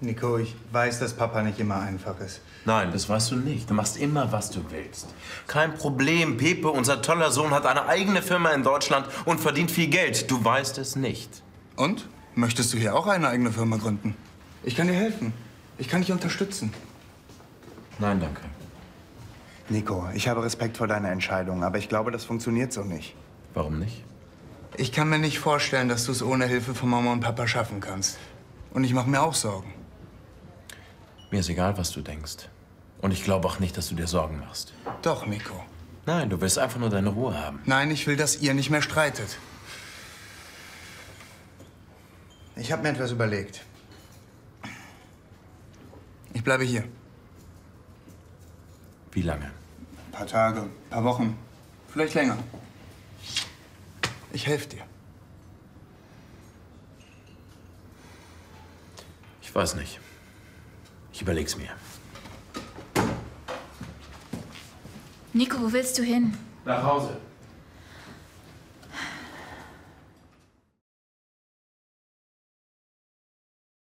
Nico, ich weiß, dass Papa nicht immer einfach ist. Nein, das weißt du nicht. Du machst immer, was du willst. Kein Problem. Pepe, unser toller Sohn, hat eine eigene Firma in Deutschland und verdient viel Geld. Du weißt es nicht. Und? Möchtest du hier auch eine eigene Firma gründen? Ich kann dir helfen. Ich kann dich unterstützen. Nein, danke. Nico, ich habe Respekt vor deiner Entscheidung, aber ich glaube, das funktioniert so nicht. Warum nicht? Ich kann mir nicht vorstellen, dass du es ohne Hilfe von Mama und Papa schaffen kannst. Und ich mache mir auch Sorgen. Mir ist egal, was du denkst. Und ich glaube auch nicht, dass du dir Sorgen machst. Doch, Nico. Nein, du willst einfach nur deine Ruhe haben. Nein, ich will, dass ihr nicht mehr streitet. Ich habe mir etwas überlegt. Ich bleibe hier. Wie lange? Ein paar Tage, ein paar Wochen, vielleicht länger. Ich helfe dir. Ich weiß nicht. Ich überleg's mir. Nico, wo willst du hin? Nach Hause.